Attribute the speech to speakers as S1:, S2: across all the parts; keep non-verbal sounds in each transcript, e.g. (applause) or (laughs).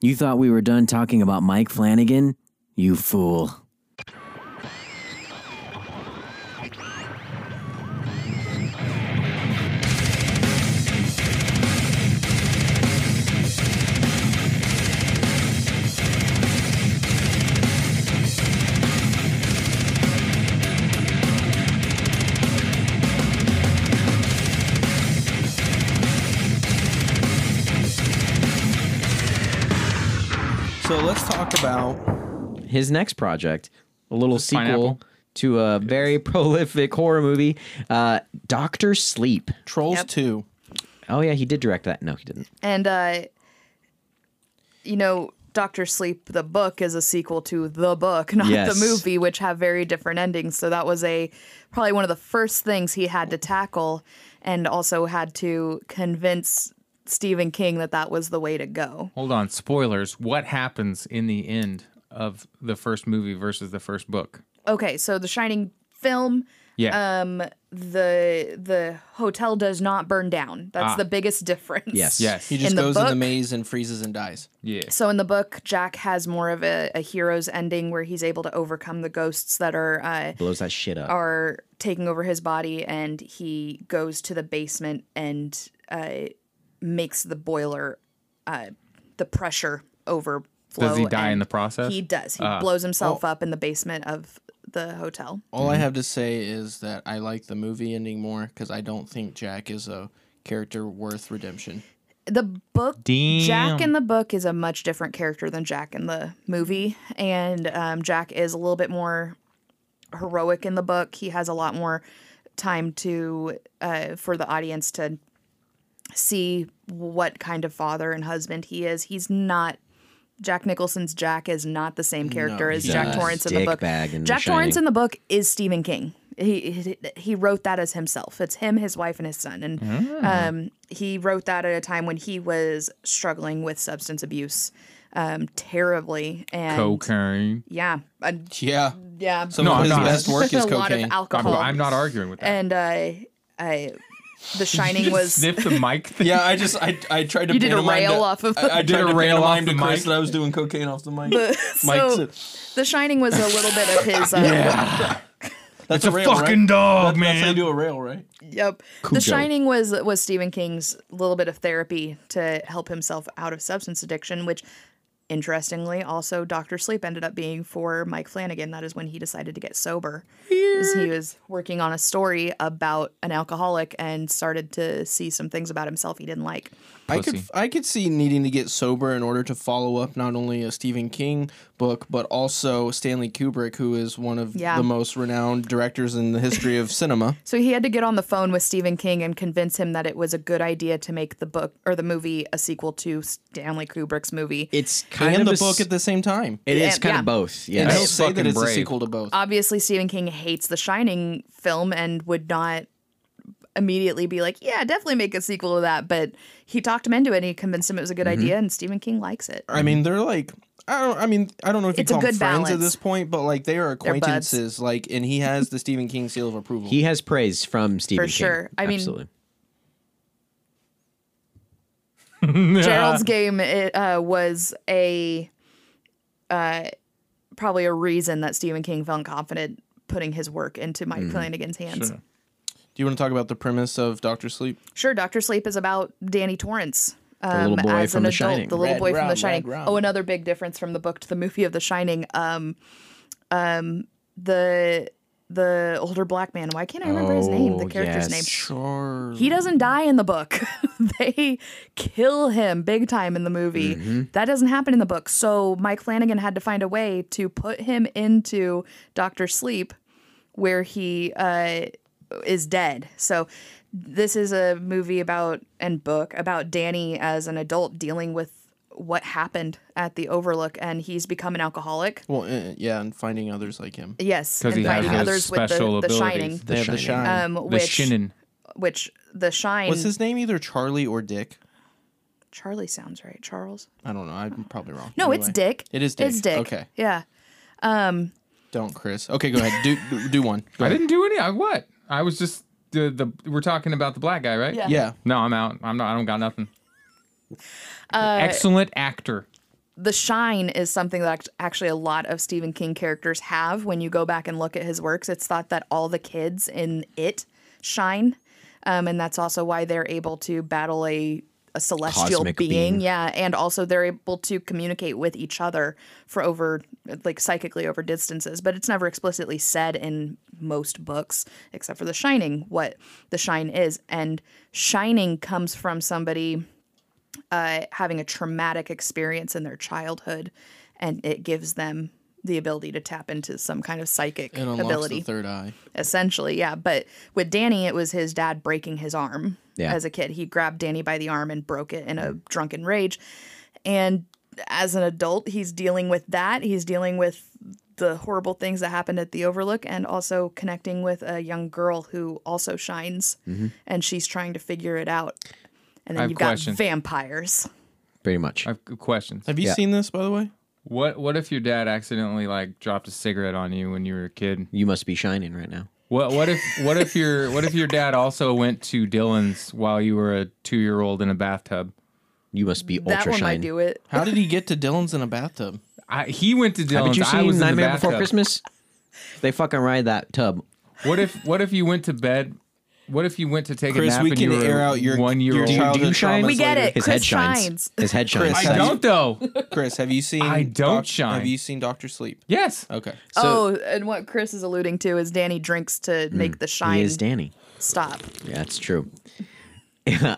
S1: You thought we were done talking about Mike Flanagan? You fool.
S2: So let's talk about
S3: his next project, a little sequel
S4: Pineapple?
S3: to a very prolific horror movie, uh, Doctor Sleep.
S2: Trolls
S5: Yep.
S2: 2.
S3: Oh yeah, he did direct that. No, he didn't.
S5: And uh you know, Doctor Sleep the book is a sequel to the book, (laughs) not
S3: Yes.
S5: the movie, which have very different endings. So that was a probably one of the first things he had to tackle and also had to convince Stephen King that that was the way to go.
S4: Hold on, spoilers. What happens in the end of the first movie versus the first book?
S5: Okay, so the Shining film
S4: Yeah.
S5: um the the hotel does not burn down. That's
S4: Ah.
S5: the biggest difference.
S3: Yes.
S4: yes.
S2: He just
S5: the
S2: goes in the
S5: book-
S2: maze and freezes and dies.
S4: yeah.
S5: So in the book, Jack has more of a, a hero's ending where he's able to overcome the ghosts that are uh,
S3: Blows that shit up.
S5: are taking over his body, and he goes to the basement and uh, makes the boiler, uh, the pressure overflow.
S4: Does he die in
S5: and
S4: the process? Ah.
S5: He does. He blows himself up in the basement of the hotel.
S2: All I have to say is that I like the movie ending more because I don't think Jack is a character worth redemption.
S5: the book
S4: Damn.
S5: Jack in the book is a much different character than Jack in the movie, and um, Jack is a little bit more heroic in the book. He has a lot more time to uh, for the audience to see what kind of father and husband he is. He's not. Jack Nicholson's Jack is not the same character as
S2: he's
S5: Jack
S2: not.
S5: Torrance in the book.
S3: Dickbag in The
S5: Jack Torrance
S3: Shining.
S5: in the book is Stephen King. He, he he wrote that as himself. It's him, his wife, and his son. And um, he wrote that at a time when he was struggling with substance abuse um, terribly. And
S4: Cocaine.
S5: yeah, uh,
S2: Yeah.
S5: yeah,
S2: Some
S4: No,
S2: of
S4: I'm
S2: his
S4: not.
S2: best
S5: (laughs)
S2: work is
S5: a lot of
S2: cocaine.
S4: I'm,
S5: alcohol.
S4: I'm not arguing with that.
S5: And uh, I, The
S4: (laughs)
S5: Shining
S4: You
S5: was
S4: sniff the mic thing.
S2: Yeah, I just I, I tried to
S5: You did a
S2: pantomime
S5: rail
S2: to-
S5: off of-
S2: I, I
S4: Did a
S2: tried to
S4: rail off
S2: pantomime
S4: the
S2: to Chris
S4: mic.
S2: that I was doing cocaine off the mic. Mike
S5: (laughs) so.
S2: said-
S5: The Shining was a little bit of his.
S4: (laughs)
S5: Uh,
S2: that's
S4: It's a
S2: rail, right?
S4: fucking dog,
S2: That's- That's how you
S4: man.
S2: do a rail, right?
S5: Yep. The Shining was was Stephen King's little bit of therapy to help himself out of substance addiction, which interestingly also Doctor Sleep ended up being for Mike Flanagan. That is when he decided to get sober. Is He was working on a story about an alcoholic and started to see some things about himself he didn't like.
S2: I could
S4: Pussy.
S2: I could see needing to get sober in order to follow up not only a Stephen King book but also Stanley Kubrick, who is one of
S5: Yeah.
S2: the most renowned directors in the history of cinema.
S5: So he had to get on the phone with Stephen King and convince him that it was a good idea to make the book or the movie a sequel to Stanley Kubrick's movie.
S3: It's kind
S2: And
S3: of
S2: the
S3: a
S2: book at the same time.
S3: It is
S5: Yeah,
S3: kind
S5: yeah.
S3: of both.
S2: And
S3: Yes.
S2: he'll say that
S4: fucking
S2: it's a
S4: brave.
S2: sequel to both.
S5: obviously Stephen King hates the Shining film and would not immediately be like, yeah, definitely make a sequel to that. But he talked him into it and he convinced him it was a good idea and Stephen King likes it.
S2: I mean, they're like I don't. I mean, I don't know if you
S5: It's a
S2: call them
S5: good
S2: friends at
S5: balance.
S2: this point, but like they are
S5: buds.
S2: acquaintances. Like, and he has the Stephen King seal of approval.
S3: He has praise from Stephen King.
S5: sure. I mean-
S3: Absolutely.
S5: Gerald's game it, uh, was a uh, probably a reason that Stephen King felt confident putting his work into Mike Flanagan's hands. Sure.
S2: Do you want to talk about the premise of Doctor Sleep?
S5: Dr. Sleep is about Danny Torrance. Um,
S3: little boy
S5: as
S3: from
S5: an
S3: The
S5: adult,
S3: Shining.
S5: the little
S2: Red
S5: boy from
S2: rum,
S5: The
S2: red
S5: Shining.
S2: rum.
S5: Oh, another big difference from the book to the movie of The Shining. Um, um, the the older black man. Why can't I remember his name? The
S3: Oh,
S5: character's
S3: yes.
S5: name.
S2: Charles.
S5: He doesn't die in the book. (laughs) they kill him big time in the movie.
S4: Mm-hmm.
S5: That doesn't happen in the book. So Mike Flanagan had to find a way to put him into Doctor Sleep, where he uh, is dead. So this is a movie about and book about Danny as an adult dealing with what happened at the Overlook, and he's become an alcoholic.
S2: Well, uh, yeah, and finding others like him.
S5: Yes,
S4: 'Cause
S5: and
S4: he has
S5: finding
S4: those
S5: others with
S4: special
S5: the, the
S4: abilities.
S5: shining,
S2: They have the shine.
S5: um,
S4: the
S5: which
S4: shinin.
S5: which the shine.
S2: What's his name? Either Charlie or Dick.
S5: Charlie sounds right. Charles.
S2: I don't know. I'm probably wrong.
S5: No, it's
S2: Anyway.
S5: Dick.
S2: It is Dick.
S5: It's Dick.
S2: Okay.
S5: Yeah.
S2: Don't, Chris. Okay, go ahead. Do do- do one.
S4: (laughs)
S2: Go
S4: I
S2: ahead.
S4: didn't do any. I what? I was just the the. We're talking about the black guy, right?
S5: Yeah.
S2: Yeah.
S4: No, I'm out. I'm not. I don't got nothing. Excellent actor.
S5: the shine is something that act- actually a lot of Stephen King characters have. When you go back and look at his works, it's thought that all the kids in it shine. Um, and that's also why they're able to battle a, a celestial being.
S3: Cosmic being.
S5: Yeah. And also they're able to communicate with each other for over, like psychically over distances. But it's never explicitly said in most books, except for The Shining, what the shine is. And shining comes from somebody uh, having a traumatic experience in their childhood, and it gives them the ability to tap into some kind of psychic
S2: It unlocks
S5: ability,
S2: the third eye.
S5: essentially. Yeah, but with Danny, it was his dad breaking his arm.
S3: Yeah.
S5: As a kid, he grabbed Danny by the arm and broke it in a drunken rage, and as an adult, he's dealing with that. He's dealing with the horrible things that happened at the Overlook, and also connecting with a young girl who also shines, and she's trying to figure it out. And
S4: I
S5: then
S4: have
S5: you've
S4: questions.
S5: got vampires.
S3: Pretty much.
S4: I've got questions.
S2: Have you
S3: Yeah.
S2: seen this, by the way?
S4: What what if your dad accidentally like dropped a cigarette on you when you were a kid?
S3: You must be shining right now.
S4: What what if what if your what if your dad also went to Dylan's while you were a two year old in a bathtub?
S3: You must be
S5: that
S3: ultra
S5: one might
S3: shining.
S5: do it.
S2: How did he get to Dylan's in a bathtub?
S4: I, he went to
S3: Haven't
S4: Dylan's.
S3: you
S4: I
S3: seen
S4: was in the
S3: Nightmare Before
S4: bathtub.
S3: Christmas? They fucking ride that tub.
S4: What if what if you went to bed? What if you went to take
S2: Chris,
S4: a nap
S2: we
S4: and
S2: can
S4: you were
S2: air out your
S4: one year
S2: your
S4: old?
S3: child-
S2: childhood
S3: shine?
S2: traumas
S5: We get
S2: later.
S5: it.
S3: His
S5: Chris
S3: head shines.
S5: shines.
S3: His head shines.
S2: Chris,
S4: I
S2: have you-
S4: don't
S2: (laughs)
S4: though.
S2: Chris, have you seen?
S4: I don't shine.
S2: Have you seen Doctor Sleep?
S4: yes.
S2: Okay.
S5: oh, and what Chris is alluding to is Danny drinks to make the
S3: Hmm, He
S5: shine
S3: is Danny.
S5: stop.
S3: Yeah, that's true. (laughs)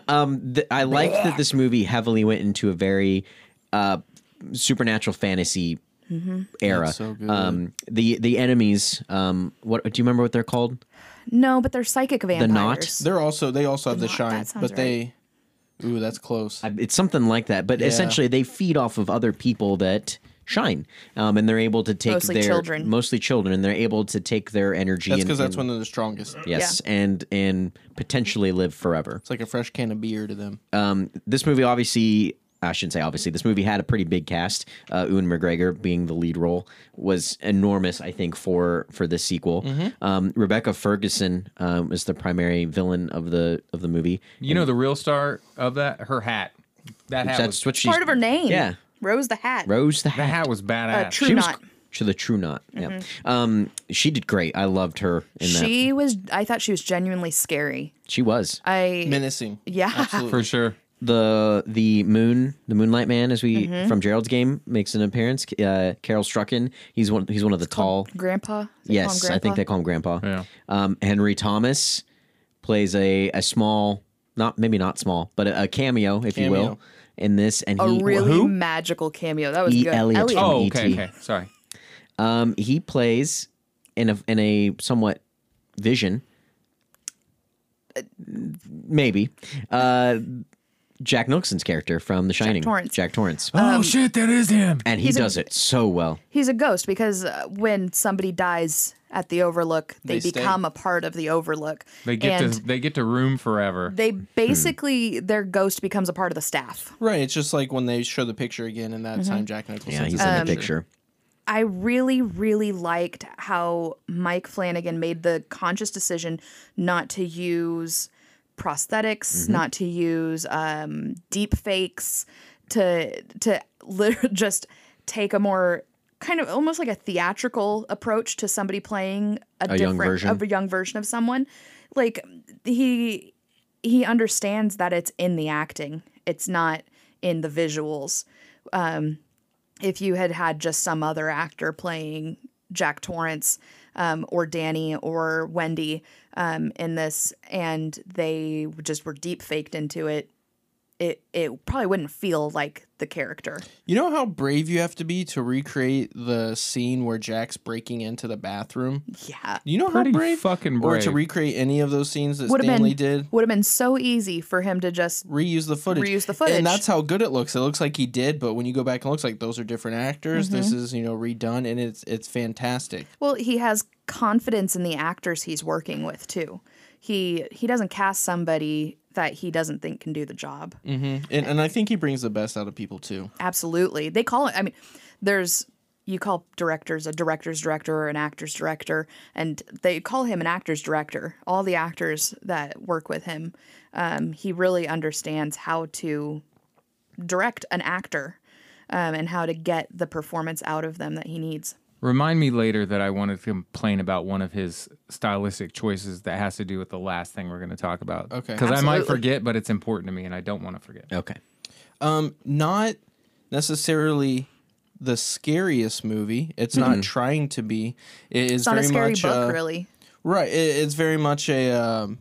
S3: um, th- I liked that this movie heavily went into a very uh, supernatural fantasy era.
S2: Mm-hmm. That's so good.
S3: Um, the the enemies. Um, what do you remember what they're called?
S5: No, but they're psychic vampires.
S2: They're also they also have the
S5: Not-
S2: shine,
S5: that sounds
S2: but they. Ooh, that's close.
S3: I- It's something like that. But essentially, they feed off of other people that shine, um, and they're able to take
S5: Mostly
S3: their
S5: children.
S3: mostly children, and they're able to take their energy.
S2: That's
S3: and-
S2: because that's
S3: and-
S2: when they're the strongest.
S3: Yes, and and potentially live forever.
S2: It's like a fresh can of beer to them.
S3: this movie obviously I shouldn't say obviously. This movie had a pretty big cast. Uh, Ewan McGregor being the lead role was enormous, I think, for for this sequel.
S5: Mm-hmm.
S3: Um, Rebecca Ferguson um, is the primary villain of the of the movie.
S4: You know the real star of that? Her hat. That hat.
S3: That's
S4: Was,
S3: what she's
S5: Part of her name.
S3: Yeah,
S5: Rose the Hat.
S3: Rose the
S4: that
S3: Hat.
S4: hat was badass.
S5: true
S3: She was
S5: knot.
S3: she the true knot. Yeah, um, she did great. I loved her in that.
S5: She was. I thought she was genuinely scary.
S3: She was
S5: I.
S2: Menacing.
S5: yeah. (laughs)
S4: for sure.
S3: the the moon the moonlight man as we
S5: Mm-hmm.
S3: from Gerald's game makes an appearance. Uh, Carol Strucken. He's one. He's one of the tall.
S5: Grandpa. They call him
S3: Yes, I think
S5: Grandpa?
S3: they call him Grandpa.
S2: E
S4: Yeah.
S3: Um, Henry Thomas plays a, a small, not maybe not small, but a, a cameo, if you will,
S2: Cameo.
S3: in this. And he
S5: a really
S4: who?
S5: magical cameo. That was
S3: E.
S5: good.
S3: Elliot.
S5: Elliot.
S4: Oh,
S3: E.T..
S4: okay, okay. Sorry.
S3: um, he plays in a in a somewhat vision, Uh, maybe uh, Jack Nicholson's character from The Shining,
S5: Torrance.
S3: Jack Torrance,
S2: Um,
S4: oh shit, that is him.
S3: and he
S5: he's a-
S3: does it so well.
S5: He's a ghost because uh, when somebody dies at the Overlook, they,
S2: They stay.
S5: become a part of the Overlook.
S4: They get
S5: and
S4: to Hmm. they get to room forever.
S5: they basically their ghost becomes a part of the staff.
S2: Right. It's just like when they show the picture again, and
S5: Mm-hmm.
S2: that time Jack Nicholson.
S3: Yeah, he's in the picture.
S5: I really, really liked how Mike Flanagan made the conscious decision not to use prosthetics,
S3: Mm-hmm.
S5: not to use um, deep fakes, to to lit- (laughs) just take a more kind of almost like a theatrical approach to somebody playing a,
S3: young
S5: different
S3: version.
S5: of a young version of someone. Like he he understands that it's in the acting. It's not in the visuals if you had had just some other actor playing Jack Torrance um, or Danny or Wendy um, in this, and they just were deep faked into it, it it probably wouldn't feel like the character.
S2: You know how brave you have to be to recreate the scene where Jack's breaking into the bathroom.
S5: Yeah,
S2: You know
S4: Pretty
S2: how brave,
S4: fucking
S2: or
S4: brave.
S2: to recreate any of those scenes that
S5: would have
S2: Stanley
S5: been
S2: did.
S5: would have been so easy for him to just
S2: reuse the footage.
S5: Reuse the footage.
S2: And that's how good it looks. It looks like he did, but when you go back and looks like those are different actors. This
S5: Mm-hmm.
S2: is, you know, redone and it's it's fantastic.
S5: Well, he has confidence in the actors he's working with too. He he doesn't cast somebody that he doesn't think can do the job.
S4: Mm-hmm.
S2: And and I think he brings the best out of people too.
S5: Absolutely. They call it, I mean, there's, you call directors a director's director or an actor's director, and they call him an actor's director. All the actors that work with him, um, he really understands how to direct an actor. um, and how to get the performance out of them that he needs.
S4: Remind me later that I want to complain about one of his stylistic choices that has to do with the last thing we're going to talk about.
S2: Okay.
S4: Because I might
S5: Absolutely.
S4: forget, but it's important to me and I don't want to forget.
S3: Okay.
S2: Um, not necessarily the scariest movie. It's not trying to be. It is
S5: It's not
S2: very
S5: a scary
S2: much
S5: book,
S2: uh,
S5: really.
S2: Right. It, it's very much a um,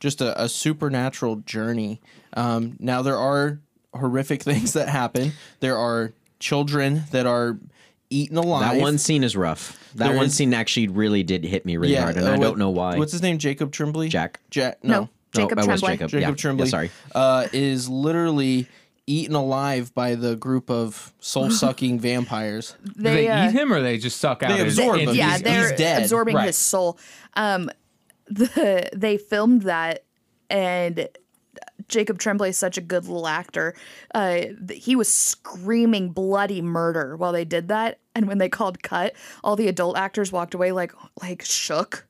S2: just a, a supernatural journey. Um, now there are horrific (laughs) things that happen. There are children that are eaten alive.
S3: That one scene is rough. That
S2: There
S3: one
S2: is-
S3: scene actually really did hit me really hard, and
S2: uh,
S3: I
S2: what-
S3: don't know why.
S2: What's his name? Jacob Tremblay.
S3: Jack.
S2: Jack.
S5: No,
S2: No.
S5: Jacob
S3: no, I was
S5: Tremblay.
S3: Jacob.
S2: Jacob
S3: yeah.
S2: Tremblay.
S3: Yeah, sorry.
S2: Uh, is literally eaten alive by the group of soul-sucking
S3: (laughs)
S2: vampires.
S4: Do they
S5: uh,
S4: eat him or they just suck out his
S2: absorb
S4: his-
S2: him.
S5: yeah,
S2: he's-
S5: they're
S2: he's dead.
S5: absorbing
S4: Right.
S5: his soul. Um, the, they filmed that, and Jacob Tremblay is such a good little actor. Uh, th- he was screaming bloody murder while they did that, and when they called cut, all the adult actors walked away like like shook.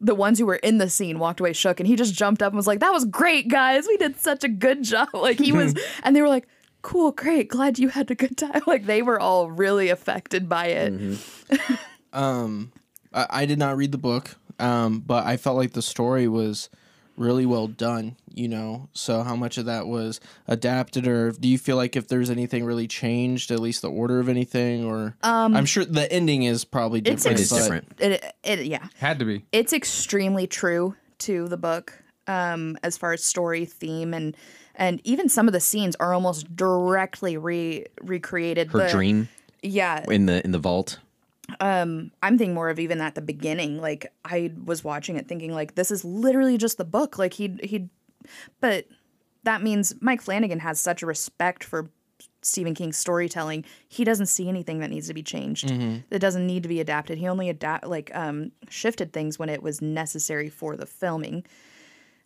S5: The ones who were in the scene walked away shook, and he just jumped up and was like, "That was great, guys. We did such a good job." (laughs) Like he was, and they were like. Cool, great. Glad you had a good time. (laughs) Like they were all really affected by it.
S2: um I, I did not read the book um but i felt like the story was really well done you know so how much of that was adapted or do you feel like if there's anything really changed at least the order of anything or um i'm sure the ending is probably different
S5: It's
S3: It is
S2: but-
S3: different.
S5: It, it yeah.
S4: Had to be.
S5: it's extremely true to the book um, as far as story theme and and even some of the scenes are almost directly re recreated
S3: Her
S5: The-
S3: dream
S5: yeah
S3: in the in the vault.
S5: i'm thinking more of even at the beginning like i was watching it thinking like this is literally just the book like he he but that means mike flanagan has such a respect for stephen king's storytelling he doesn't see anything that needs to be changed
S2: Mm-hmm.
S5: that doesn't need to be adapted he only adapt like um shifted things when it was necessary for the filming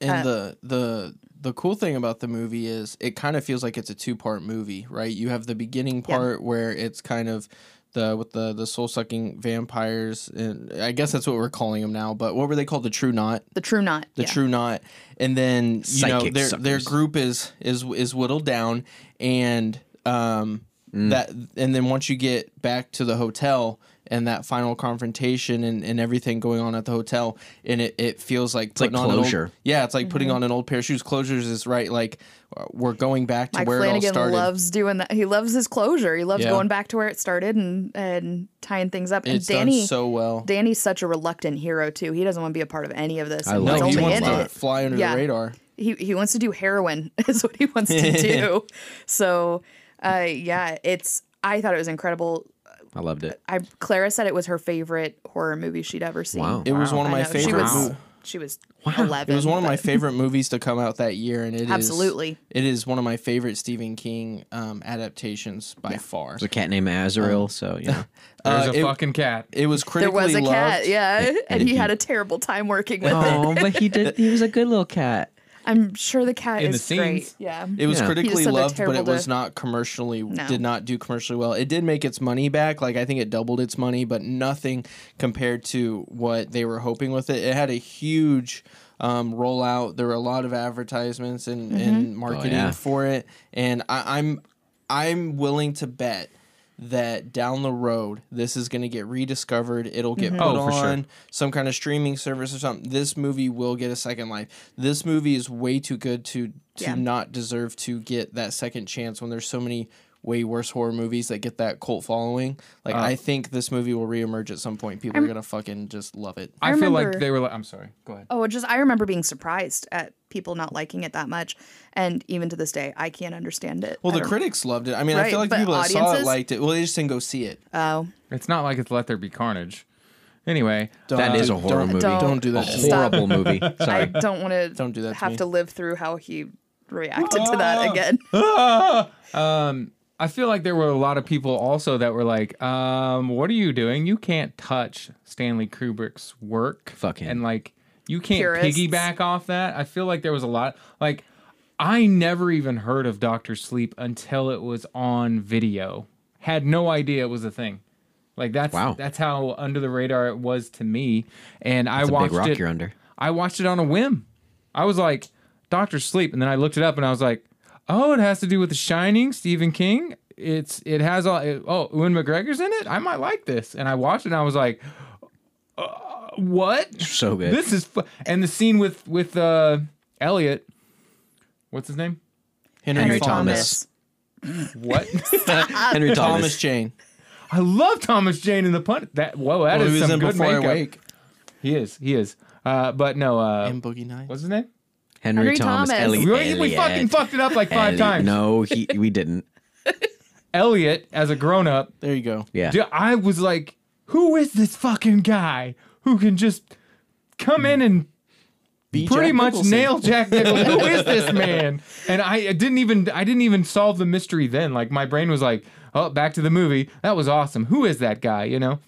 S2: and the the the cool thing about the movie is it kind of feels like it's a two part movie, right? You have the beginning part where it's kind of the with the the soul sucking vampires, and I guess that's what we're calling them now. But what were they called? The True Knot.
S5: The True Knot.
S2: the
S5: yeah.
S2: true knot and then you know
S3: Psychic
S2: their their
S3: suckers.
S2: group is is is whittled down and um that and then once you get back to the hotel and that final confrontation and, and everything going on at the hotel and it, it feels like
S3: like
S2: putting on an old-
S3: closure.
S2: yeah it's like putting
S5: Mm-hmm.
S2: on an old pair of shoes closures is right like uh, we're going back to
S5: Mike
S2: where it all
S5: Flanagan
S2: started
S5: loves doing that. He loves his closure. He loves
S2: Yeah.
S5: going back to where it started and and tying things up. And
S2: it's
S5: Danny,
S2: done so well
S5: Danny's such a reluctent hero too. He doesn't want to be a part of any of this.
S3: I
S5: and
S3: love
S5: he's
S2: no
S3: it.
S2: he
S5: only
S2: wants
S5: in
S2: to
S5: it.
S2: fly under
S5: Yeah.
S2: the radar
S5: He he wants to do heroin (laughs) is what he wants to do. So, uh, yeah, it's. I thought it was incredible.
S3: I loved it.
S5: I Clara said it was her favorite horror movie she'd ever seen.
S3: Wow.
S2: it was
S4: Wow.
S2: one of
S5: I
S2: my
S5: know, She
S2: favorite
S5: was
S2: mo-
S5: she was eleven.
S2: It was one of my
S5: but- (laughs)
S2: favorite movies to come out that year, and it is
S5: Absolutely.
S2: it is one of my favorite Stephen King um, adaptations by far.
S3: There's a cat named Azrael, so yeah.
S4: There's
S2: Uh,
S4: a
S2: it-
S4: fucking cat.
S2: It was
S5: There
S2: critically
S5: was a cat,
S2: loved.
S5: yeah, and he
S3: he-
S5: had a terrible time working with it.
S3: oh, but he did. He was a good little cat.
S5: I'm sure the cat
S4: In the
S5: is great.
S4: scenes.
S5: Yeah.
S2: It was
S3: Yeah. He
S5: just
S2: critically
S5: said they're
S2: loved, but it
S5: terrible
S2: was
S5: to-
S2: not commercially
S5: No.
S2: did not do commercially well. It did make its money back, like I think it doubled its money, but nothing compared to what they were hoping with it. It had a huge um, rollout. There were a lot of advertisements and,
S5: Mm-hmm. Oh,
S2: and marketing
S3: yeah.
S2: for it, and I, I'm I'm willing to bet that down the road this is going to get rediscovered. It'll get
S5: Mm-hmm.
S2: put
S4: Oh, for sure.
S2: on some kind of streaming service or something. This movie will get a second life. This movie is way too good to to
S5: Yeah.
S2: not deserve to get that second chance when there's so many way worse horror movies that get that cult following.
S3: Uh,
S2: Like I think this movie will reemerge at some point. People are gonna fucking just love it.
S4: I,
S5: I
S4: feel like
S5: remember-
S4: they were like, I'm sorry. Go ahead.
S5: Oh, it just I remember being surprised at people not liking it that much, and even to this day, I can't understand it.
S2: Well,
S5: I
S2: the
S5: don't-
S2: critics loved it. I mean, I
S5: Right,
S2: feel like the
S5: but
S2: people that saw it
S5: audiences-
S2: liked it. Well, they just didn't go see it.
S5: Oh,
S4: It's not like it's Let There Be Carnage. Anyway,
S3: That is a horror
S2: don't,
S3: movie.
S5: Don't-
S2: Don't do
S3: A
S2: that. to me.
S5: Stop.
S3: horrible movie.
S5: I
S3: Sorry.
S5: don't want to.
S2: Don't do that to
S5: Have
S2: me.
S5: to live through how he reacted to that
S4: Ah. (laughs)
S5: again.
S4: I feel like there were a lot of people also that were like, um, what are you doing? You can't touch Stanley Kubrick's work.
S3: Fuck him.
S4: And like, you can't
S5: Purists.
S4: piggyback off that. I feel like there was a lot, like, I never even heard of Dr. Sleep until it was on video. Had no idea it was a thing. Like that's
S3: Wow.
S4: that's how under the radar it was to me. And I
S3: It's a
S4: watched
S3: big rock
S4: it.
S3: you're under.
S4: I watched it on a whim. I was like, Doctor Sleep, and then I looked it up and I was like, oh, it has to do with The Shining, Stephen King. it's it has all. It, oh, Ewan McGregor's in it. I might like this. And I watched it. and I was like, uh, what?
S3: So good. (laughs)
S4: This is fu-. and the scene with with uh Elliot. What's his name?
S2: Henry,
S3: Henry Thomas.
S2: Thomas. (laughs)
S4: What?
S3: Henry
S2: Thomas.
S3: Thomas.
S2: Jane.
S4: I love Thomas Jane in the punt. That whoa, that
S2: Well,
S4: is
S2: he was
S4: some
S2: in
S4: good
S2: Before I
S4: makeup.
S2: Wake
S4: He is. He is. Uh, but no. Uh,
S2: and Boogie Nights.
S4: what's his name?
S3: Henry,
S5: Henry
S3: Thomas.
S5: Thomas.
S3: Elliot.
S4: We, already- we
S3: Elliot.
S4: fucking fucked it up like
S3: Elliot.
S4: five times.
S3: No, he, we didn't.
S4: Elliot, as a
S2: (laughs)
S4: grown up,
S2: There you go.
S3: Yeah.
S4: Dude, I was like, who is this fucking guy who can just come in and
S2: B.
S4: pretty
S2: Jack
S4: much
S2: Nicholson.
S4: nail Jack Nicholson? who
S2: (laughs)
S4: is this man? And I, I didn't even I didn't even solve the mystery then. Like my brain was like, oh, back to the movie. That was awesome. Who is that guy? You know?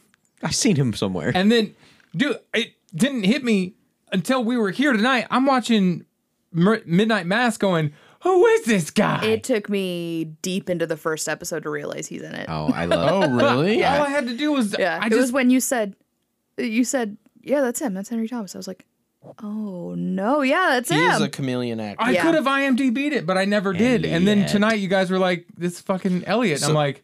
S3: I've seen him somewhere.
S4: And then, dude, it didn't hit me until we were here tonight. I'm watching Mer- Midnight Mass, going, who is this guy?
S5: It took me deep into the first episode to realize he's in it.
S3: oh, I love.
S2: Oh, really?
S4: All I had to do was
S5: yeah,
S4: I
S5: it
S4: just
S5: was when you said, you said, yeah, that's him. That's Henry Thomas. I was like, oh no, yeah, that's
S2: He is
S5: him.
S2: a chameleon actor.
S4: I
S5: Yeah.
S4: could have IMDb'd it, but I never did. And then
S3: Elliot.
S4: tonight you guys were like, this fucking Elliot. And I'm like,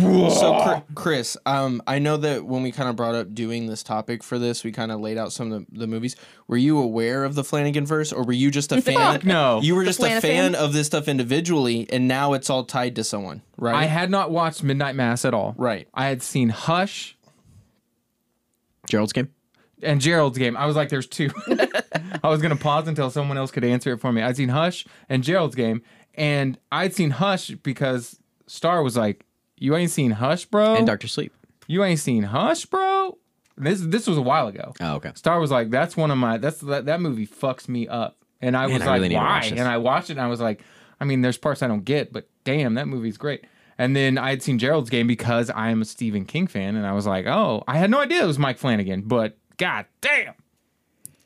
S2: So, Chr- Chris, um, I know that when we kind of brought up doing this topic for this, we kind of laid out some of the, the movies. Were you aware of the Flanagan verse, or were you just a fan?
S4: Fuck no.
S2: You were
S5: The
S2: just a fan
S5: Flana fan?
S2: of this stuff individually, and now it's all tied to someone, right?
S4: I had not watched Midnight Mass at all.
S2: Right.
S4: I had seen Hush
S3: Gerald's game.
S4: and Gerald's game. I was like, there's two. I was going to pause until someone else could answer it for me. I'd seen Hush and Gerald's game. And I'd seen Hush because Star was like, you ain't seen Hush, bro.
S3: And Doctor Sleep.
S4: you ain't seen Hush, bro. This this was a while ago.
S3: Oh, okay.
S4: Star was like, that's one of my that's that, that movie fucks me up. And I was
S3: I
S4: like,
S3: really need to
S4: why?
S3: watch this.
S4: And I watched it and I was like, I mean, there's parts I don't get, but damn, that movie's great. And then I had seen Gerald's game because I am a Stephen King fan, and I was like, oh, I had no idea it was Mike Flanagan, but god damn.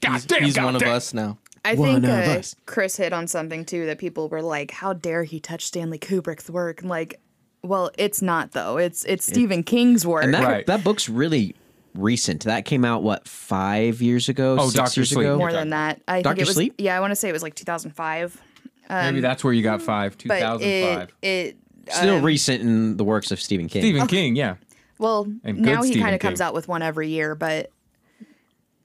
S4: God damn,
S2: He's
S4: god
S2: one of
S4: damn.
S2: us now.
S5: I
S3: One
S5: think
S3: of
S5: uh,
S3: us.
S5: Chris hit on something too that people were like, "How dare he touch Stanley Kubrick's work?" And like, well, it's not though. It's it's Stephen King's work.
S3: And that
S4: Right.
S3: that book's really recent. That came out what five years ago?
S4: Oh,
S3: six
S4: Dr.
S3: years
S4: Sleep.
S3: ago.
S5: More than that, I
S3: Dr.
S5: think it was.
S3: Sleep?
S5: Yeah, I want to say it was like 2005,
S4: Maybe that's where you got five, two
S5: but
S4: thousand
S5: it
S4: five.
S5: it
S3: Still recent in the works of Stephen King.
S4: Stephen King, yeah.
S5: well
S4: And
S5: now
S4: good
S5: he
S4: Stephen
S5: kind of comes
S4: King.
S5: out with one every year, but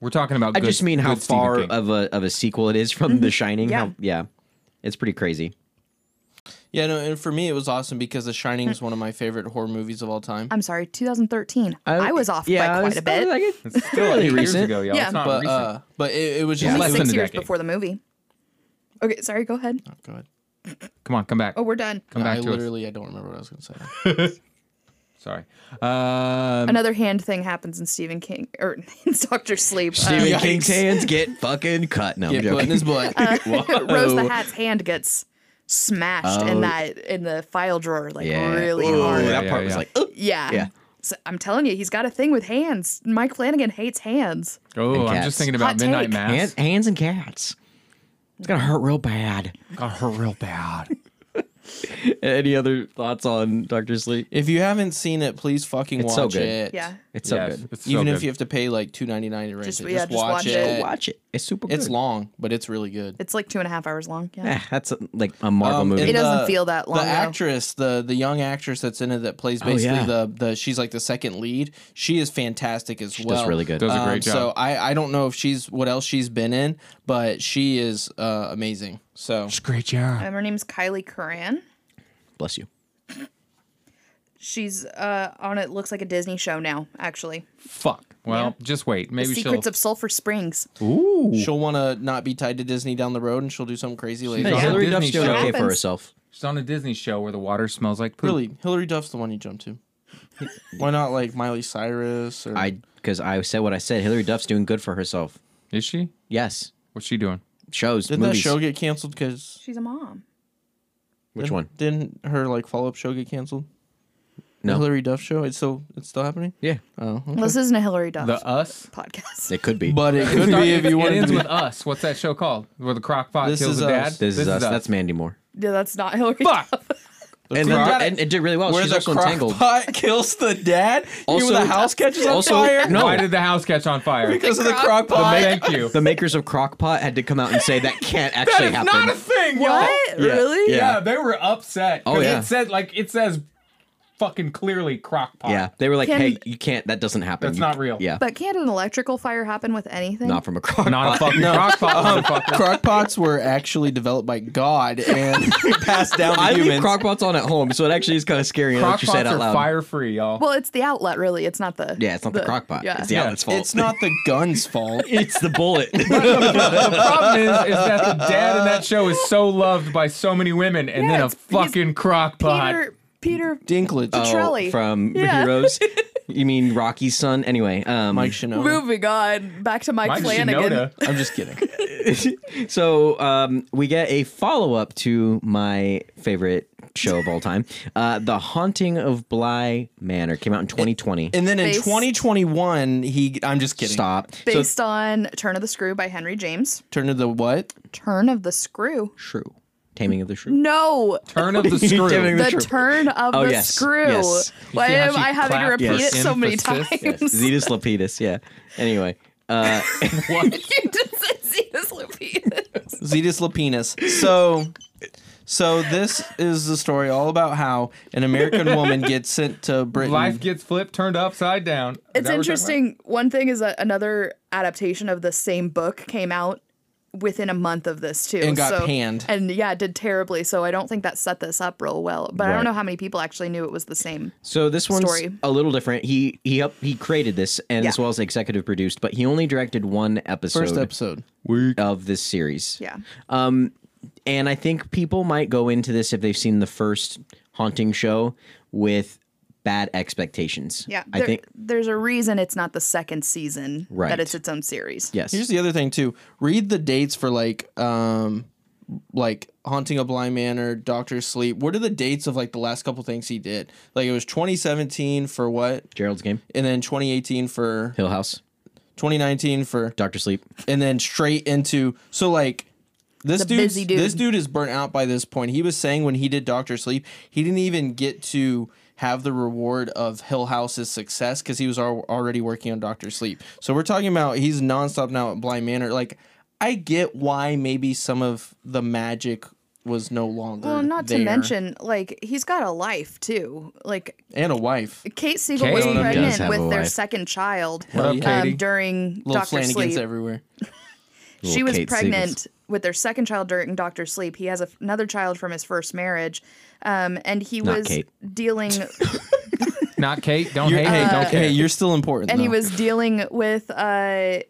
S4: We're talking about.
S3: I
S4: good-
S3: just mean how
S4: good Stephen
S3: far
S4: King.
S3: of a of a sequel it is from The Shining.
S5: Mm-hmm. Yeah.
S3: How- yeah, it's pretty crazy.
S2: Yeah, no, and for me, it was awesome because The Shining is one of my favorite horror movies of all time.
S5: I'm sorry, 2013. I was off
S3: Uh, yeah,
S5: by
S3: I
S5: quite
S3: was-
S5: a bit.
S3: I was like, it's still really
S4: years
S3: recent.
S4: ago, y'all.
S5: Yeah.
S4: It's not
S2: But
S4: recent.
S2: uh, but it, it was just
S4: Yeah,
S5: Only
S2: like
S4: less than
S5: six
S4: a
S5: years
S4: decade.
S5: before the movie. Okay, sorry. Go ahead.
S2: Go ahead.
S4: Come on, come back.
S5: Oh, we're done.
S4: come back
S2: I
S4: to us.
S2: literally I don't remember what I was gonna say.
S4: Sorry. Um,
S5: Another hand thing happens in Stephen King or (laughs) in Doctor Sleep. Um,
S3: Stephen
S2: Yikes.
S3: King's hands get fucking cut. No, I'm
S2: Get put in
S3: joking.
S2: his
S5: (laughs)
S2: butt.
S5: Uh, Rose the Hat's hand gets smashed in that in the file drawer like
S3: Yeah.
S5: really
S3: Ooh,
S5: hard.
S3: that
S4: Yeah,
S3: part
S4: yeah,
S3: was
S4: yeah.
S3: like, oh,
S5: Yeah.
S3: Yeah.
S5: So I'm telling you, he's got a thing with hands. Mike Flanagan hates hands.
S4: oh,
S3: and
S4: I'm
S3: cats.
S4: just thinking about
S5: Hot
S4: Midnight
S5: take.
S4: Mass.
S3: hands, hands and cats. It's gonna hurt real bad.
S4: Got hurt real bad.
S3: Any other thoughts on Doctor Sleep?
S2: If you haven't seen it, please fucking
S3: It's
S2: watch
S3: so good.
S2: it.
S5: Yeah.
S3: It's so good.
S4: It's
S2: Even if you have to pay like two ninety nine to rent
S5: Just-
S2: it,
S5: yeah,
S2: just,
S5: just
S2: watch,
S5: watch
S2: it.
S5: it.
S3: Go watch it. It's super. Good.
S2: It's long, but it's really good.
S5: It's like two and a half hours long. Yeah.
S3: Eh, that's a, like a Marvel
S2: Um,
S3: movie.
S5: It
S2: and
S5: doesn't feel that long,
S2: The
S5: though.
S2: actress, the the young actress that's in it that plays basically
S3: Oh, yeah.
S2: the the she's like the second lead. She is fantastic as
S3: does
S2: well. Um,
S3: really good.
S4: Does a great job.
S2: So I I don't know if she's what else she's been in, but she is uh, amazing. So
S4: great job.
S5: Um, her name's Kylie Curran.
S3: Bless you.
S5: She's uh, on it looks like a Disney show now, actually.
S4: Fuck. Well, just wait. Maybe she'll.
S5: Secrets of Sulphur Springs.
S2: she'll want to not be tied to Disney down the road, and she'll do something crazy later.
S4: Hey,
S2: on.
S4: on a
S3: Hillary
S4: Disney
S3: Duff's doing
S4: show.
S3: okay for
S5: Happens.
S3: herself.
S4: she's on a Disney show where the water smells like poop.
S2: Really, Hillary Duff's the one you jump to. Why not like Miley Cyrus or
S3: I because I said what I said. Hillary Duff's doing good for herself.
S4: Is she?
S3: Yes,
S4: What's she doing?
S3: shows,
S2: Didn't
S3: movies.
S2: that show get canceled? Because
S5: She's a mom.
S3: Which one?
S2: Didn't her like follow up show get canceled?
S3: No.
S2: The Hillary Duff show. It's still it's still happening.
S3: Yeah,
S2: Oh, okay.
S5: This isn't a Hillary Duff
S3: uh,
S4: The Us.
S5: podcast.
S3: it could be.
S2: (laughs) but it could be if you
S4: It
S2: wanted
S4: ends
S2: to.
S4: with Us. What's that show called? Where the crock pot
S2: This
S4: kills
S2: is
S4: the dad.
S2: us.
S3: this, is us. That's Mandy Moore.
S5: Yeah, that's not Hillary.
S4: fuck.
S3: and,
S2: two
S3: then-
S2: got it.
S3: and it did really well.
S2: Where
S3: She's
S2: the
S3: also entangled.
S2: crockpot (laughs) kills the dad, also,
S3: Also-
S2: the house catches on
S3: also-
S2: fire.
S3: (laughs) No.
S4: Why did the house catch on fire?
S2: because of the
S5: crock
S2: crockpot.
S4: Thank you. (laughs)
S3: The makers of Crockpot had to come out and say that can't
S4: That
S3: actually
S4: is
S3: happen.
S4: not a thing, y'all.
S5: What? Really?
S3: Yeah.
S4: Yeah, they were upset. 'cause
S3: Oh, yeah.
S4: It said like it says fucking clearly crock pot.
S3: yeah, they were like,
S5: Can-
S3: "Hey, you can't. That doesn't happen.
S4: That's
S3: You-
S4: not real.
S3: Yeah,
S5: But can't an electrical fire happen with anything?
S3: not from a crock.
S4: Not a fucking crock pot, motherfucker.
S2: Crockpots were actually developed by God (laughs) and passed down to
S3: I leave
S2: humans.
S3: crockpots on at home, so it actually is kind of scary. now
S4: Crock
S3: that you say it
S4: pots
S3: out
S4: are
S3: loud.
S4: fire free, y'all.
S5: Well, it's the outlet, really. It's not the.
S3: Yeah, it's not the, crockpot.
S5: Yeah.
S3: It's the
S4: Yeah.
S3: outlet's fault.
S2: it's not the gun's (laughs) fault.
S3: It's the bullet.
S4: the problem is, is that the dad in that show is so loved by so many women, and
S5: Yeah,
S4: then a
S5: it's- he's
S4: fucking crock pot.
S5: Peter. Peter.
S2: Dinklage.
S3: Oh, (laughs)
S5: Trelly.
S3: from
S5: Yeah.
S3: Heroes. You mean Rocky's son? Anyway, um,
S2: Mike Shinoda.
S5: Moving on. Back to Mike,
S4: Mike
S5: Flanagan.
S4: Shinoda.
S2: I'm just kidding.
S3: so um, we get a follow up to my favorite show of all time, uh, The Haunting of Bly Manor, came out in 2020.
S2: And then in
S5: Based-
S2: 2021, he. I'm just kidding.
S3: Stop. So
S5: Based on Turn of the Screw by Henry James.
S2: Turn to the what?
S5: Turn of the Screw.
S3: shrew. Taming of the
S5: (laughs)
S3: shrew.
S5: No.
S4: Turn
S5: (laughs)
S4: of the
S3: Damn
S4: (laughs) screw.
S3: it.
S5: The
S3: Sure.
S5: turn of
S3: Oh,
S5: the
S3: yes,
S5: screw.
S3: yes.
S5: Why
S4: You see how
S5: am
S4: she
S5: I having to
S4: clapped
S5: repeat
S4: yes.
S5: it so many times?
S4: Emphasis?
S5: (laughs)
S3: Zetus Lapidus, yeah. Anyway, uh,
S5: you just said Zetas Lupinus.
S2: Zetus Lapinus. So, so this is the story all about how an American woman gets sent to Britain.
S4: Life gets flipped, turned upside down. Is that what we're
S5: It's
S4: talking
S5: interesting. One thing is that another adaptation of the same book came out within a month of this too,
S2: And got
S5: so,
S2: panned.
S5: And yeah, it did terribly. So I don't think that set this up real well. But I
S3: Right.
S5: don't know how many people actually knew it was the same.
S3: so this one's
S5: Story.
S3: a little different. He he up, he created this and as
S5: Yeah.
S3: well as executive produced, but he only directed one episode,
S2: First episode.
S3: of this series.
S5: Yeah.
S3: Um, and I think people might go into this if they've seen the first haunting show with bad expectations.
S5: Yeah.
S3: I
S5: there-
S3: think
S5: there's a reason it's not the second season.
S3: Right.
S5: That it's its own series.
S3: yes.
S2: Here's the other thing too. Read the dates for like um like Haunting a Blind Manor, Doctor Sleep. What are the dates of like the last couple things he did? Like it was 2017 for what?
S3: Gerald's game,
S2: And then 2018 for
S3: Hill House,
S2: 2019 for
S3: Doctor Sleep.
S2: and then straight into so like this
S5: The
S2: dude's,
S5: busy dude.
S2: this dude is burnt out by this point. He was saying when he did Doctor Sleep, he didn't even get to have the reward of Hill House's success because he was al- already working on Doctor Sleep. So we're talking about he's nonstop now at Blind Manor. Like I get why maybe some of the magic was no longer
S5: Well, not to
S2: there.
S5: mention, like he's got a life too. Like
S2: and a wife.
S5: Kate Siegel
S4: Kate
S5: was
S4: does
S5: pregnant
S3: have a
S5: with their
S3: wife.
S5: second child
S4: up, Katie?
S5: um, during
S2: Little
S5: Doctor
S2: Flanagan's
S5: Sleep.
S2: everywhere.
S5: She
S3: Little
S5: was
S3: Kate Siegels.
S5: pregnant with their second child during Doctor Sleep. He has a, another child from his first marriage, um, and he
S3: Not
S5: was
S3: Kate. (laughs)
S5: dealing
S4: about? Not Kate. Don't
S2: You're,
S4: hate.
S2: hey,
S4: don't care.
S2: hey, you're still important.
S5: and he
S2: though.
S5: was dealing with uh,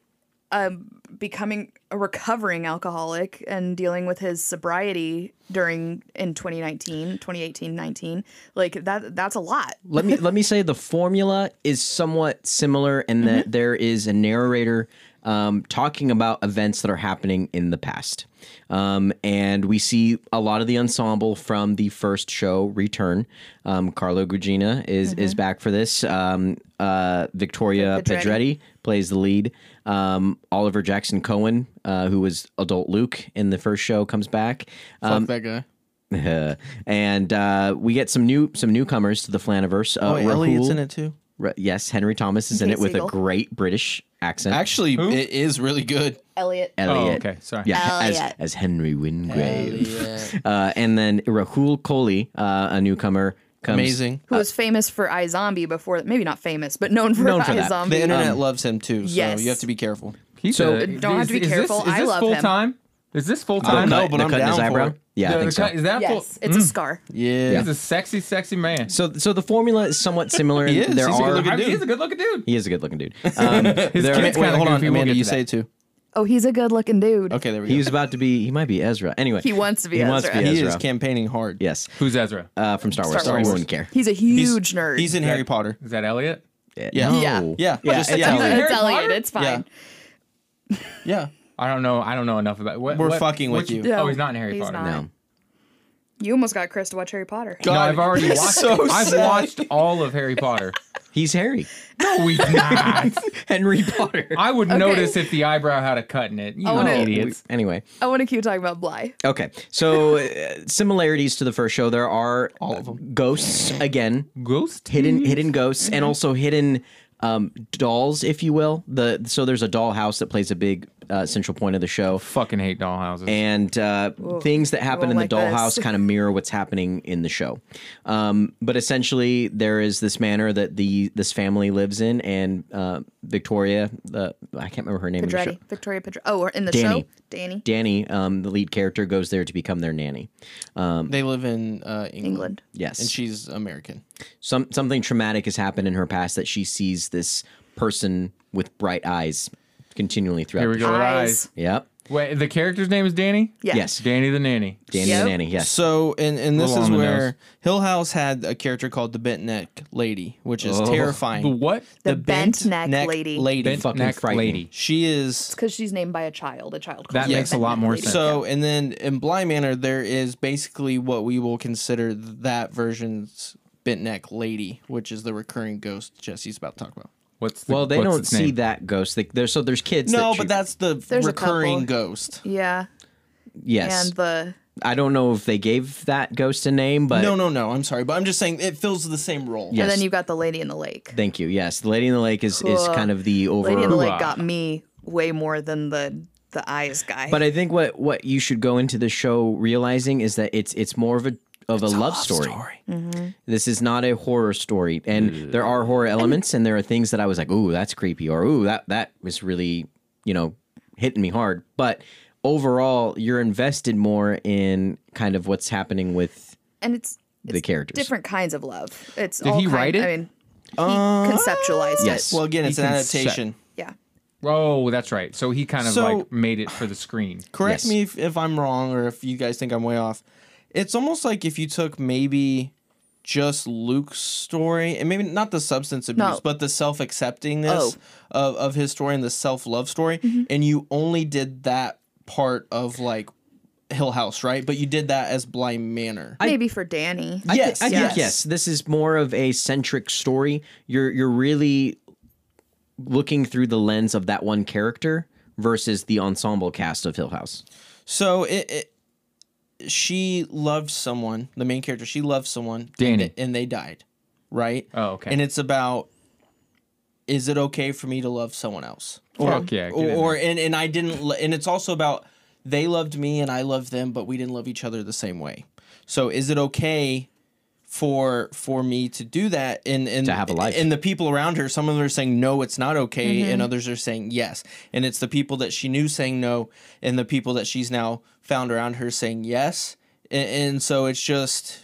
S5: um, becoming a recovering alcoholic and dealing with his sobriety during in 2019 2018 19 like that that's a lot
S3: let me let me say the formula is somewhat similar in that there is a narrator um, talking about events that are happening in the past, um, and we see a lot of the ensemble from the first show return. Um, Carlo Gugino is is back for this. Um, uh, Victoria
S5: Pedretti.
S3: Pedretti plays the lead. Um, Oliver Jackson Cohen, uh, who was adult Luke in the first show, comes back.
S2: Fuck that guy.
S3: (laughs) and uh, we get some new some newcomers to the Flaniverse. Uh,
S2: Oh, wait, Elliot's
S3: Rahul-
S2: in it too.
S3: Ra- yes, Henry Thomas is in
S5: Kate
S3: it with
S5: Siegel.
S3: a great British accent.
S2: Actually, it is really good.
S5: elliot
S3: Elliot.
S4: Oh, okay, sorry.
S3: Yeah, as,
S5: Elliot.
S3: as Henry Wingrave.
S4: (laughs)
S3: Uh, and then Rahul Kohli, uh, a newcomer, comes.
S2: Amazing.
S3: uh,
S5: who was famous for iZombie before maybe not famous but known for
S3: Known for that.
S5: iZombie
S2: The internet loves him too, so
S5: Um, yes.
S2: you have to be careful.
S4: He's
S3: So-
S4: a-
S5: Don't have to be
S4: is- is this-
S5: careful.
S4: Is
S5: I
S4: this
S5: love
S4: full
S5: him.
S4: time? Is this full
S3: The
S4: time?
S2: No,
S3: cut-
S2: but
S3: the
S2: I'm
S3: cut in his
S2: down for
S3: eyebrow?
S2: it.
S3: Yeah,
S4: The-
S3: I think
S4: the
S3: so.
S4: cut- Is that
S5: yes
S4: full?
S5: it's a scar
S2: Yeah.
S4: He's a sexy, sexy man.
S3: so, so the formula is
S2: (laughs)
S3: somewhat similar. in
S2: He
S3: that
S2: is.
S3: There
S2: He's a
S3: are.
S2: good-looking
S4: I mean,
S2: dude.
S4: he's a good looking dude.
S3: he is a good looking
S2: (laughs)
S3: dude. Um,
S4: His
S3: there-
S4: kid's
S2: Wait,
S4: kinda
S2: hold on,
S4: goofy. We'll
S2: Amanda,
S4: get
S2: you
S4: to
S2: say
S4: that.
S2: it too.
S5: oh he's a good looking dude
S2: Okay, there we
S3: he
S2: go.
S3: was about to be. He might be Ezra. Anyway,
S5: he wants to be
S3: He
S5: Ezra.
S3: wants to be
S2: he is
S3: Ezra.
S2: campaigning hard.
S3: yes,
S4: Who's Ezra?
S3: uh, from Star Wars.
S5: Star Wars.
S3: You wouldn't care.
S5: He's a
S2: He's-
S5: huge nerd.
S2: He's in Harry Potter.
S4: Is that Elliot?
S2: Yeah.
S5: Yeah.
S3: No.
S2: Yeah.
S3: Yeah,
S2: Just
S3: it's
S2: yeah.
S3: Elliot.
S2: Yeah.
S5: it's
S4: Harry
S5: Elliot.
S4: Potter?
S5: It's fine.
S2: Yeah. Yeah.
S4: I don't know. I don't know enough about. What,
S2: We're
S4: what-
S2: fucking with
S4: which-
S2: you.
S5: No,
S4: Oh, he's not in Harry
S5: he's
S4: Potter.
S5: not.
S3: No.
S5: You almost got Chris to watch Harry Potter.
S2: God,
S4: No, I've already
S2: it's
S4: watched.
S2: so
S4: I've
S2: sad.
S4: watched all of Harry Potter.
S3: He's Harry.
S4: No, we not.
S3: (laughs) Henry (laughs) Potter.
S4: I would
S5: Okay.
S4: notice if the eyebrow had a cut in it. You
S5: I wanna-
S4: idiots.
S3: Anyway,
S5: I want to keep talking about Bly.
S3: okay. So uh, similarities to the first show, there are all of them. ghosts again,
S4: Ghost
S3: hidden hidden ghosts, and also hidden um, dolls, if you will. The so there's a doll house that plays a big uh, central point of the show.
S4: Fucking hate dollhouses.
S3: and uh, things that happen in the
S5: won't like this.
S3: dollhouse kind of mirror what's happening in the show. Um, but essentially, there is this manor that the this family lives in, and uh, Victoria, the I can't remember her name. in the show.
S5: Pedretti, Victoria Pedretti. Oh, or in the
S3: Danny.
S5: show, Danny,
S3: Danny, um, the lead character, goes there to become their nanny.
S2: They live in uh, England.
S5: England.
S3: Yes,
S2: And she's American.
S3: some something traumatic has happened in her past that she sees this person with bright eyes continually throughout.
S4: Here we
S3: the-
S4: go. with
S5: Eyes.
S4: eyes.
S3: Yep.
S4: Wait, the character's name is Danny.
S5: Yeah.
S3: Yes.
S4: Danny the nanny.
S3: Danny
S5: Yep.
S3: the nanny. Yes.
S2: So, and, and this
S4: Little
S2: is
S4: on the
S2: where
S4: nose.
S2: Hill House had a character called the Bent Neck Lady, which is terrifying.
S4: The what?
S5: The bent neck lady.
S4: Bent
S3: fucking
S4: neck
S3: frightening.
S4: lady.
S2: She is.
S5: because she's named by a child. A child.
S4: That
S5: called her
S4: makes a
S5: Bent
S4: lot
S5: Neck
S4: more
S5: Lady.
S4: sense.
S2: So, and then in Blind Manor, there is basically what we will consider that version's Bent Neck Lady, which is the recurring ghost Jesse's about to talk about.
S4: What's the,
S3: Well, they
S4: what's
S3: don't
S4: its
S3: see
S4: name?
S3: that ghost. They, there's so there's kids.
S2: No,
S3: that
S2: but
S3: treat-
S2: that's the
S5: a
S2: recurring
S5: couple.
S2: ghost.
S5: Yeah,
S3: yes.
S5: and the
S3: I don't know if they gave that ghost a name, but
S2: no, no, no. I'm sorry, but I'm just saying it fills the same role.
S3: Yes.
S5: and then you've got the lady in the lake.
S3: Thank you. Yes, the Lady in the Lake is is
S5: Cool.
S3: kind of the over.
S5: Lady in the Lake
S4: Hoo-ah.
S5: got me way more than the the eyes guy.
S3: But I think what what you should go into the show realizing is that it's it's more of a of a, love, story.
S5: Mm-hmm.
S3: Mm. This is not a horror story, and there are horror elements, and there are things that I was like, "Ooh, that's creepy," or "Ooh, that that was really you know hitting me hard." But overall, you're invested more in kind of what's happening with
S5: and it's,
S3: the
S5: it's
S3: characters.
S5: different kinds of love. It's
S4: Did
S5: all
S4: he
S5: kind-
S4: write it?
S5: I mean, he conceptualized
S3: yes.
S5: it.
S2: Well, again, it's an
S4: can set-
S2: adaptation.
S5: Yeah,
S4: Oh, that's right. So he kind of
S2: So-
S4: like made it for the screen.
S2: Correct
S3: Yes.
S2: me if, if I'm wrong or if you guys think I'm way off. It's almost like if you took maybe just Luke's story and maybe not the substance abuse,
S5: No.
S2: but the self acceptingness
S5: Oh.
S2: of, of his story and the self love story, and you only did that part of like Hill House, right? But you did that as Blind Manor.
S5: maybe for Danny.
S3: I thi-
S2: Yes,
S3: I think
S2: yes.
S3: yes. This is more of a centric story. You're you're really looking through the lens of that one character versus the ensemble cast of Hill House.
S2: So it, it she loved someone, the main character, she loved someone, and
S4: Danny.
S2: they- and they died, right?
S4: Oh, okay.
S2: And it's about is it okay for me to love someone else?
S4: Fuck yeah. get
S2: or,
S4: in
S2: or
S4: there.
S2: and, and I didn't lo- and it's also about they loved me and I loved them, but we didn't love each other the same way. So is it okay for for me to do that and and
S3: To have a life.
S2: and the people around her some of them are saying no it's not okay and others are saying yes and it's the people that she knew saying no and the people that she's now found around her saying yes and, and so it's just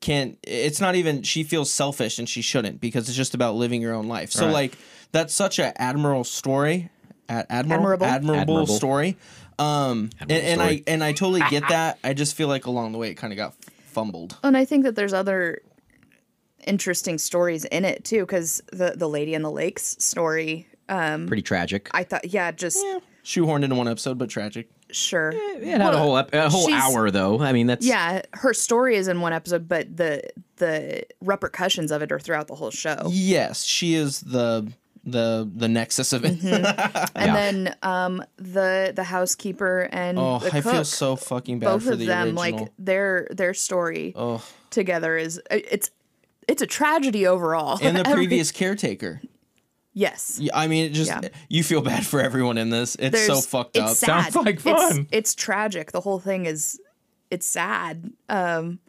S2: can't it's not even she feels selfish and she shouldn't because it's just about living your own life so like that's such an admirable story ad- admiral, admirable
S5: Admirable.
S2: admirable
S3: Admirable.
S2: story um and, and i
S3: story.
S2: and i totally get that i just feel like along the way it kind of got fumbled
S5: And I think that there's other interesting stories in it too, because the the lady in the lakes story.
S3: Pretty tragic.
S5: Um, I thought, yeah, just
S2: shoehorned into one episode but tragic
S5: sure.
S3: it had a whole ep- a whole
S5: she's-
S3: hour though. I mean, that's
S5: Yeah, her story is in one episode, but the the repercussions of it are throughout the whole show.
S2: yes she is the the the nexus of it
S5: Mm-hmm. And then um the the housekeeper and
S2: (laughs) oh
S5: the
S2: i
S5: cook,
S2: feel so fucking bad
S5: both
S2: for
S5: of
S2: the
S5: them
S2: original
S5: like their their story
S2: oh
S5: together is uh, it's it's a tragedy overall.
S2: and the
S5: (laughs) Every-
S2: previous caretaker
S5: yes.
S2: Yeah, i mean it just
S5: Yeah.
S2: you feel bad for everyone in this it's so
S5: There's-
S2: fucked
S5: it's
S2: up
S5: Sad.
S4: Sounds like
S5: It's-
S4: fun.
S5: It's, tragic. The whole thing is it's sad. Um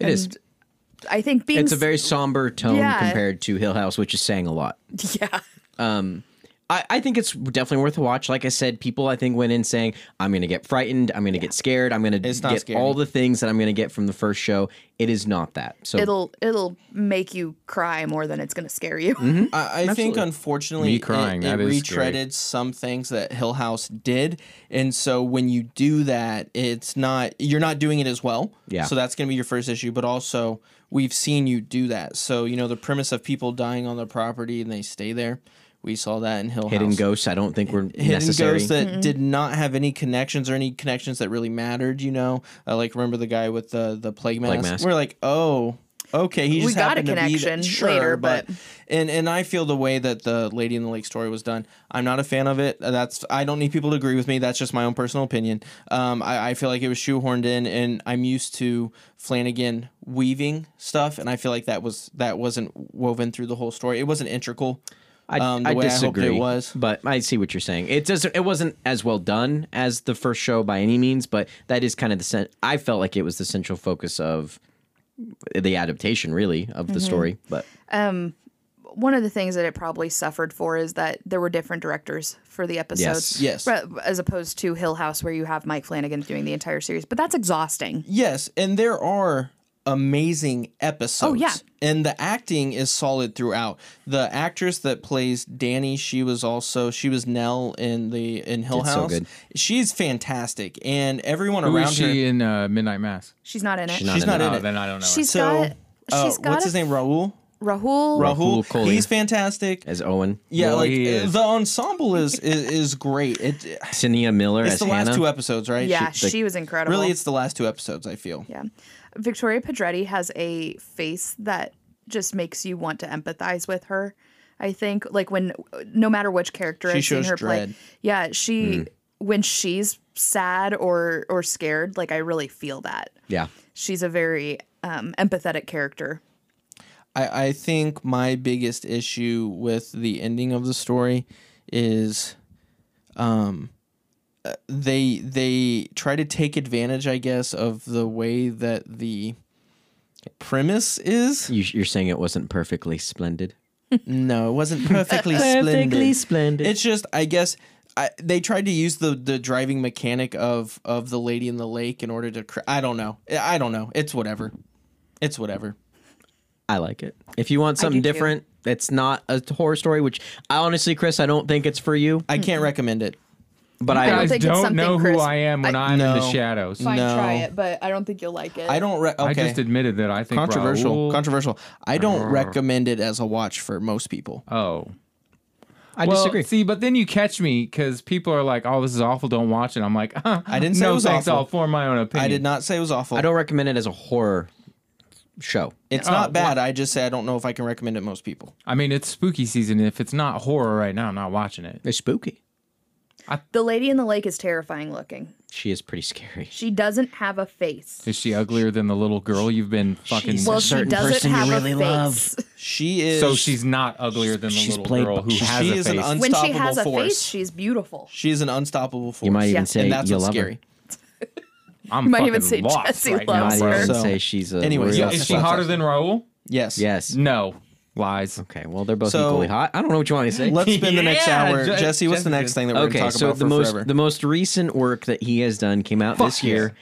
S3: it is.
S5: and I think being
S3: It's a very somber tone
S5: Yeah.
S3: compared to Hill House, which is saying a lot.
S5: s- (laughs) yeah.
S3: I, I think it's definitely worth a watch. Like I said, people I think went in saying, I'm going to get frightened. I'm going to get scared. I'm going to
S2: It's not
S3: get
S2: scary.
S3: all the things that I'm going to get from the first show. It is not that. So
S5: It'll it'll make you cry more than it's going to scare you.
S2: I, I think unfortunately
S4: Me crying,
S2: it, it
S4: that is scary.
S2: retreaded some things that Hill House did, and so when you do that, it's not you're not doing it as well.
S3: Yeah.
S2: So that's going to be your first issue, but also we've seen you do that. So you know the premise of people dying on the property and they stay there. We saw that in Hill
S3: hidden
S2: House.
S3: ghosts, I don't think were
S2: Hidden
S3: necessary.
S2: ghosts that did not have any connections or any connections that really mattered, you know. Uh, like remember the guy with the the plague mask?
S3: mask.
S2: We're like, oh, okay, he
S5: We
S2: just
S5: got a
S2: happened to be
S5: connection
S2: th- sure,
S5: later, but-
S2: and and I feel the way that the Lady in the Lake story was done. I'm not a fan of it. Uh, That's I don't need people to agree with me. That's just my own personal opinion. Um, I, I feel like it was shoehorned in, and I'm used to Flanagan weaving stuff, and I feel like that was that wasn't woven through the whole story. It wasn't integral.
S3: I,
S2: um, the
S3: I
S2: way
S3: disagree.
S2: I hoped it was.
S3: but I see what you're saying. It doesn't. It wasn't as well done as the first show by any means, but that is kind of the. cen- I felt like it was the central focus of the adaptation, really, of the story. But
S5: (laughs) one of the things that it probably suffered for is that there were different directors for the episodes.
S2: Yes.
S5: ra- As opposed to Hill House, where you have Mike Flanagan doing the entire series, but that's exhausting.
S2: Yes, and there are amazing episodes.
S5: Oh, yeah.
S2: And the acting is solid throughout. The actress that plays Danny, she was also she was Nell in the in Hill
S3: Did so
S2: House.
S3: good.
S2: She's fantastic, and everyone
S4: Who
S2: around
S4: is she
S2: her.
S4: in uh, Midnight Mass?
S5: She's not in it. She's,
S2: She's not in
S4: Oh,
S2: it.
S4: then I don't know.
S2: so,
S5: got.
S2: uh,
S5: she's got.
S2: what's
S5: a-
S2: his name? Raul.
S5: Rahul.
S2: Rahul.
S3: Coley.
S2: He's fantastic.
S3: as Owen,
S2: Yeah,
S4: Well,
S2: like uh,
S4: he is.
S2: the ensemble is (laughs) is, is great. It,
S3: Sinia Miller
S2: it's
S3: as
S2: the
S3: Hannah.
S2: last two episodes, right?
S5: Yeah,
S2: She-
S5: she, was incredible.
S2: really, it's the last two episodes. I feel.
S5: yeah. Victoria Pedretti has a face that just makes you want to empathize with her. I think, like when no matter which character
S2: She
S5: I've seen
S2: shows
S5: her
S2: dread. Hmm.
S5: play, yeah, she when she's sad or or scared, like I really feel that.
S3: yeah,
S5: She's a very um, empathetic character.
S2: I, I think my biggest issue with the ending of the story is um uh, they they try to take advantage I guess of the way that the premise is.
S3: you, you're saying it wasn't perfectly splendid.
S2: No, it wasn't perfectly splendid.
S3: splendid.
S2: It's just I guess I, they tried to use the the driving mechanic of of the lady in the lake in order to cr- I don't know. I don't know. It's whatever. It's whatever.
S3: I like it. If you want something
S5: do too.
S3: different, it's not a horror story. Which I honestly, Chris, I don't think it's for you.
S2: I can't recommend it.
S3: But I,
S4: You
S5: don't
S4: guys
S5: think it's
S4: don't
S5: something,
S4: know who
S5: Chris.
S4: I am when I, am in the
S2: No.
S4: shadows.
S5: Fine,
S2: No.
S5: try it, but I don't think you'll like it.
S2: I don't. Re- okay.
S4: I just admitted that I think
S2: controversial
S4: Raoul-
S2: controversial i don't recommend it as a watch for most people
S4: oh,
S3: I
S4: well,
S3: disagree.
S4: See, but then you catch me because people are like, "Oh, this is awful. Don't watch it." I'm like, "I
S2: didn't say
S4: no,
S2: it was
S4: thanks.
S2: awful.
S4: I'll form my own opinion."
S2: i did not say it was awful
S3: I don't recommend it as a horror show.
S2: it's
S4: Oh,
S2: not bad i just say i don't know if i can recommend it to most people
S4: I mean, it's spooky season. If it's not horror right now, I'm not watching it.
S3: It's spooky.
S5: the lady in the lake is terrifying looking.
S3: She is pretty
S1: (laughs)
S3: scary.
S5: She doesn't have a face.
S4: Is she uglier than the little girl you've been fucking?
S5: well, she
S1: certain
S5: doesn't
S1: person you
S5: have
S1: really
S5: a
S1: love.
S5: face.
S2: she is
S4: so she's not uglier than the
S1: she's
S4: little
S1: played-
S4: girl who
S1: she
S4: has a
S2: is an
S4: face.
S2: un-
S5: When she
S2: Unstoppable
S5: has a
S2: force.
S5: face, she's beautiful.
S2: she is an unstoppable force
S3: You might
S5: Yeah.
S3: even
S5: And
S3: say
S2: and that's
S3: you
S2: what's
S3: love
S2: scary
S4: I'm
S5: You might even
S4: fucking
S5: say
S4: lost
S5: Jesse
S4: right
S3: her. You
S5: loves
S3: might
S4: now.
S5: her.
S3: even
S2: So-
S3: say she's a.
S2: Anyways,
S3: real-
S2: yeah,
S4: Is she hotter than Raul?
S2: yes
S3: yes.
S4: No, lies.
S3: Okay. Well, they're both
S2: So-
S3: equally hot. I don't know what you want me to say. (laughs)
S2: let's spend the next
S4: (laughs) Yeah,
S2: hour
S4: Je-
S2: jesse what's the
S4: Jesse
S2: next
S4: did.
S2: thing that we're
S3: okay.
S2: going to talk
S3: So
S2: about
S3: the
S2: for
S3: most
S2: forever
S3: the most recent work that he has done came out this
S4: yeah.
S3: year.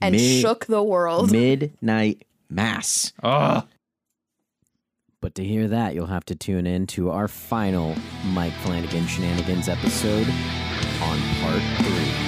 S5: and
S3: Mid-
S5: shook the world.
S3: Midnight Mass.
S4: Ugh.
S1: But to hear that, you'll have to tune in to our final Mike Flanagan Shenanigans episode on part three.